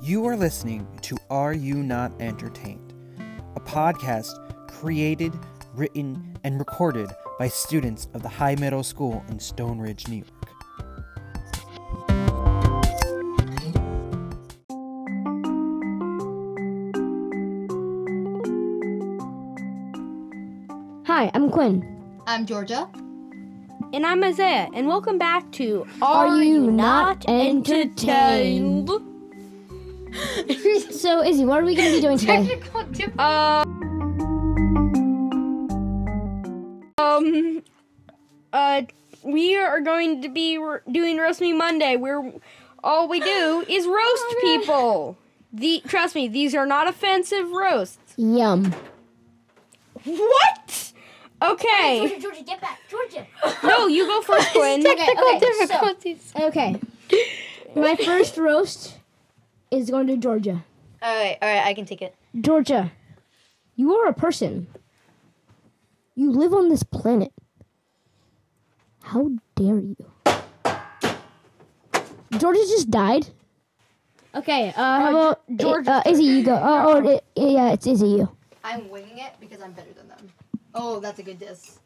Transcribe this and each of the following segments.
You are listening to Are You Not Entertained, a podcast created, written, and recorded by students of the High Middle School in Stone Ridge, New York. Hi, I'm Quinn. I'm Georgia. And I'm Isaiah, and welcome back to Are You Not Entertained? So, Izzy, what are we going to be doing today? Uh, um, uh, we are going to be r doing Roast Me Monday, where all we do is roast Oh, people. The trust me, these are not offensive roasts. Yum. What? Okay. Georgia, get back. Georgia. No, you go first, Quinn. okay, so- difficulties. Okay. My first roast is going to Georgia. All right, all right, I can take it. Georgia, you are a person. You live on this planet. How dare you? Georgia just died. Okay, uh, how about Georgia? Uh, Izzy, you go. Oh, oh it, yeah, it's Izzy, you. I'm winging it because I'm better than them. Oh, that's a good diss.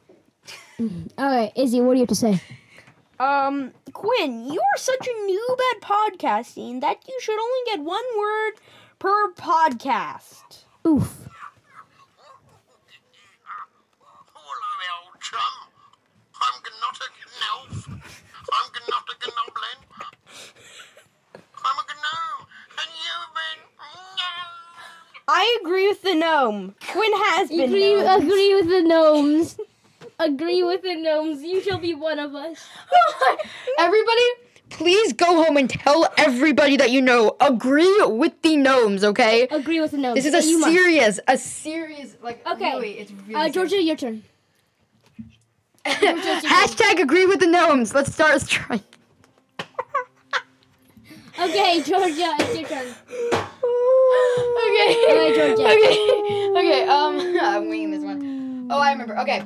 Okay, Izzy, what do you have to say? Um, Quinn, you are such a noob at podcasting that you should only get one word per podcast. Oof. Hello, my old chum. I'm not a gnolf. I'm not a gnoblin. I'm a gnome, and you've been gnome. I agree with the gnome. Quinn has been. Agree, gnomed. agree with the gnomes. agree with the gnomes. You shall be one of us. Everybody, please go home and tell everybody that you know. Agree with the gnomes, okay? Agree with the gnomes. This is a you must. serious, a serious, like, Okay, really, it's really Uh, serious. Georgia, your turn. Hashtag agree with the gnomes. Let's start a strike. Okay, Georgia, it's your turn. Okay. Okay, Georgia. Okay. Okay. Um, I'm winging this one. Oh, I remember. Okay.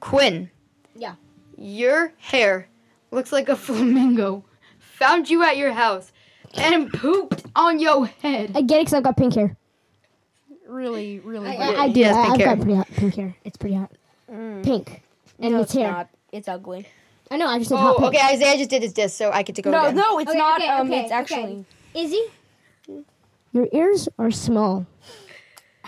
Quinn. Yeah. Your hair looks like a flamingo. Found you at your house and pooped on your head. I get it because I've got pink hair. really, really. I, I do. Yes, I, pink I've hair. got pretty hot pink hair. It's pretty hot. Pink. And Mm. no, it's hair. not. It's ugly. I know. I just said hot Oh, pink. okay. Isaiah just did his diss, so I get to go No, again. no, it's Okay, not. okay, um, okay, it's okay. actually. Izzy? Your ears are small.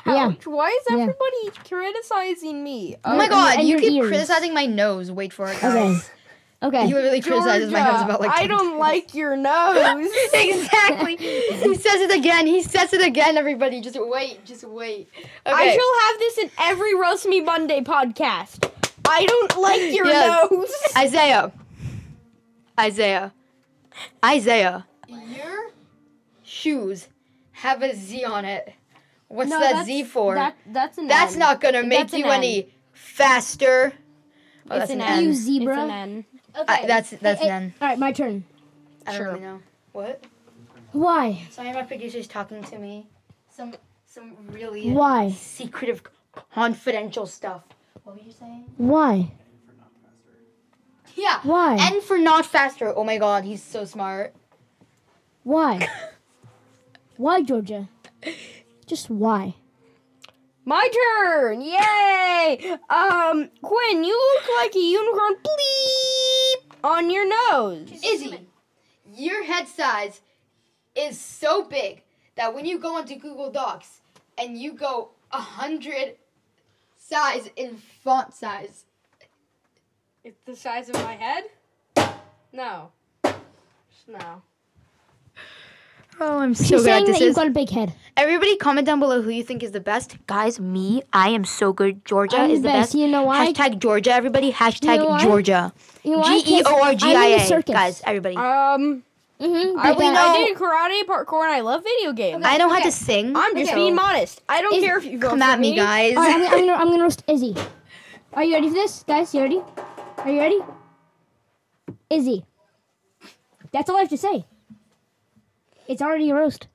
Yeah. Ouch, Why is Yeah. everybody criticizing me? Uh, Oh my and- god, and you your keep ears. criticizing my nose. Wait for it, Okay. guys. Okay. He really criticizes my nose about like I don't like your nose. exactly. he says it again. He says it again. Everybody, just wait. Just wait. Okay. I shall have this in every Roast Me Monday podcast. I don't like your Yes. nose. Isaiah. Isaiah. Isaiah. Your shoes have a Z on it. What's that Z for? that's an that's not gonna make That's an you N. any faster. Oh, It's that's an an, N. N. you I zebra. Okay. that's that's Hey, an N. All right, my turn. I don't really know. What? Why? Sorry, my producer's talking to me. Some some really Why? secretive, confidential stuff. What were you saying? Why? Yeah. Why? N for not faster. Oh my God, he's so smart. Why? why, Georgia? Just why? My turn! Yay! Um, Quinn, you look like a unicorn bleep on your nose. Izzy, your head size is so big that when you go onto Google Docs and you go a hundred size in font size. It's the size of my head? No. No. Oh, I'm She's saying that you've got a big head. Everybody, comment down below who you think is the best. Guys, me, I am so good. Georgia I'm is the the best. best. You know why? Hashtag Georgia, everybody. Hashtag know why? Georgia. You know why? G 'Cause E O R G I I'm in the A. circus. Guys, everybody. Um, Mm-hmm. I, we I know- did karate, parkour, and I love video games. I know how to sing. I'm just so being modest. I don't Is- care if you go Come at me, guys. All right, I'm, gonna- I'm, gonna, I'm gonna roast Izzy. Are you ready for this, guys? You ready? Are you ready? Izzy. That's all I have to say. It's already a roast.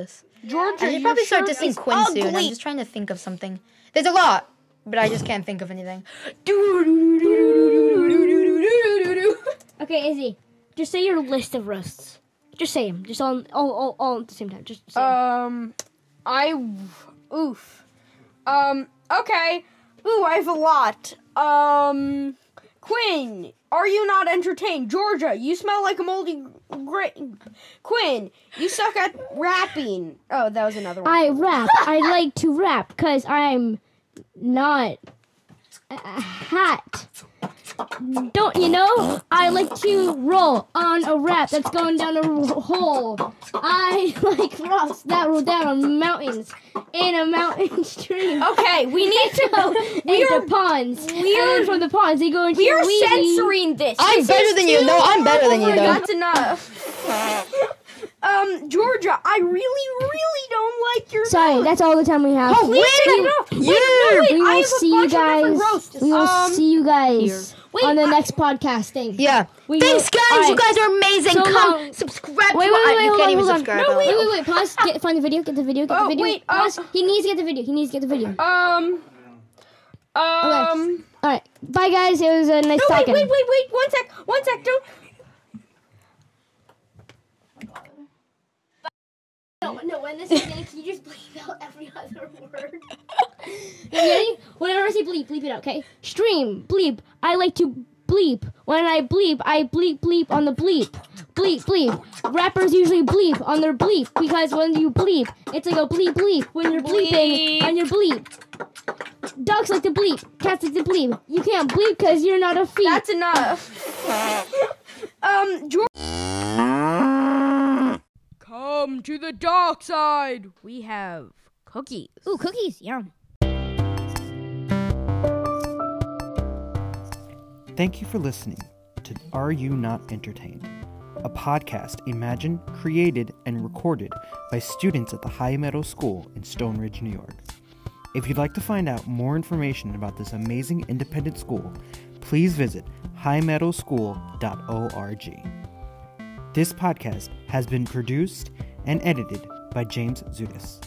Georgia, I should your probably start shirt dissing is Quinn ugly. soon. I'm just trying to think of something. There's a lot, but I just can't think of anything. Okay, Izzy, just say your list of roasts. Just say them. Just all, all, all, all at the same time. Just say 'em. Um, I, oof. Um, okay. Ooh, I have a lot. Um, Quinn, are you not entertained? Georgia, you smell like a moldy grain. Quinn, you suck at rapping. Oh, that was another one. I rap. I like to rap because I'm not a hat. Don't you know? I like to roll on a rap that's going down a r- hole. I like rocks that roll down on mountains in a mountain stream. okay, we need to. So, Oh, we into are- ponds. We are from the ponds. They go into We are wheezy. censoring this. I'm better than you. No, I'm better than you, though. That's enough. um, Georgia, I really, really don't like your. Sorry, nose. that's all the time we have. Please take it off. Wait, no, wait, we I will have a see you bunch of different guys. roasts. We will Um, see you guys Wait, on the I- next podcast thing. Yeah. We Thanks, will- guys. all You right. guys are amazing. So Come long. subscribe Wait, to wait, our- wait, wait, You hold can't on, even hold on. subscribe. No, by the wait, way. Wait, wait, wait. Pause. Get, find the video. Get the video. Get Oh, the video. wait, uh, Pause. he needs to get the video. He needs to get the video. Um. Um. All right. Bye, guys. It was a nice No, wait, talking. wait, wait, wait. One sec. One sec. Don't. Oh, No, no, when this is done, can you just bleep out every other word? You ready? Whenever I say bleep, bleep it out, okay? Stream, bleep. I like to bleep. When I bleep, I bleep bleep on the bleep. Bleep bleep. Rappers usually bleep on their bleep because when you bleep, it's like a bleep bleep when you're bleeping on your bleep. Dogs like to bleep. Cats like to bleep. You can't bleep because you're not a feet. That's enough. um, George. Come to the dark side. We have cookies. Ooh, cookies. Yum. Thank you for listening to Are You Not Entertained, a podcast imagined, created, and recorded by students at the High Meadow School in Stone Ridge, New York. If you'd like to find out more information about this amazing independent school, please visit highmeadowschool.org. This podcast has been produced and edited by James Zudis.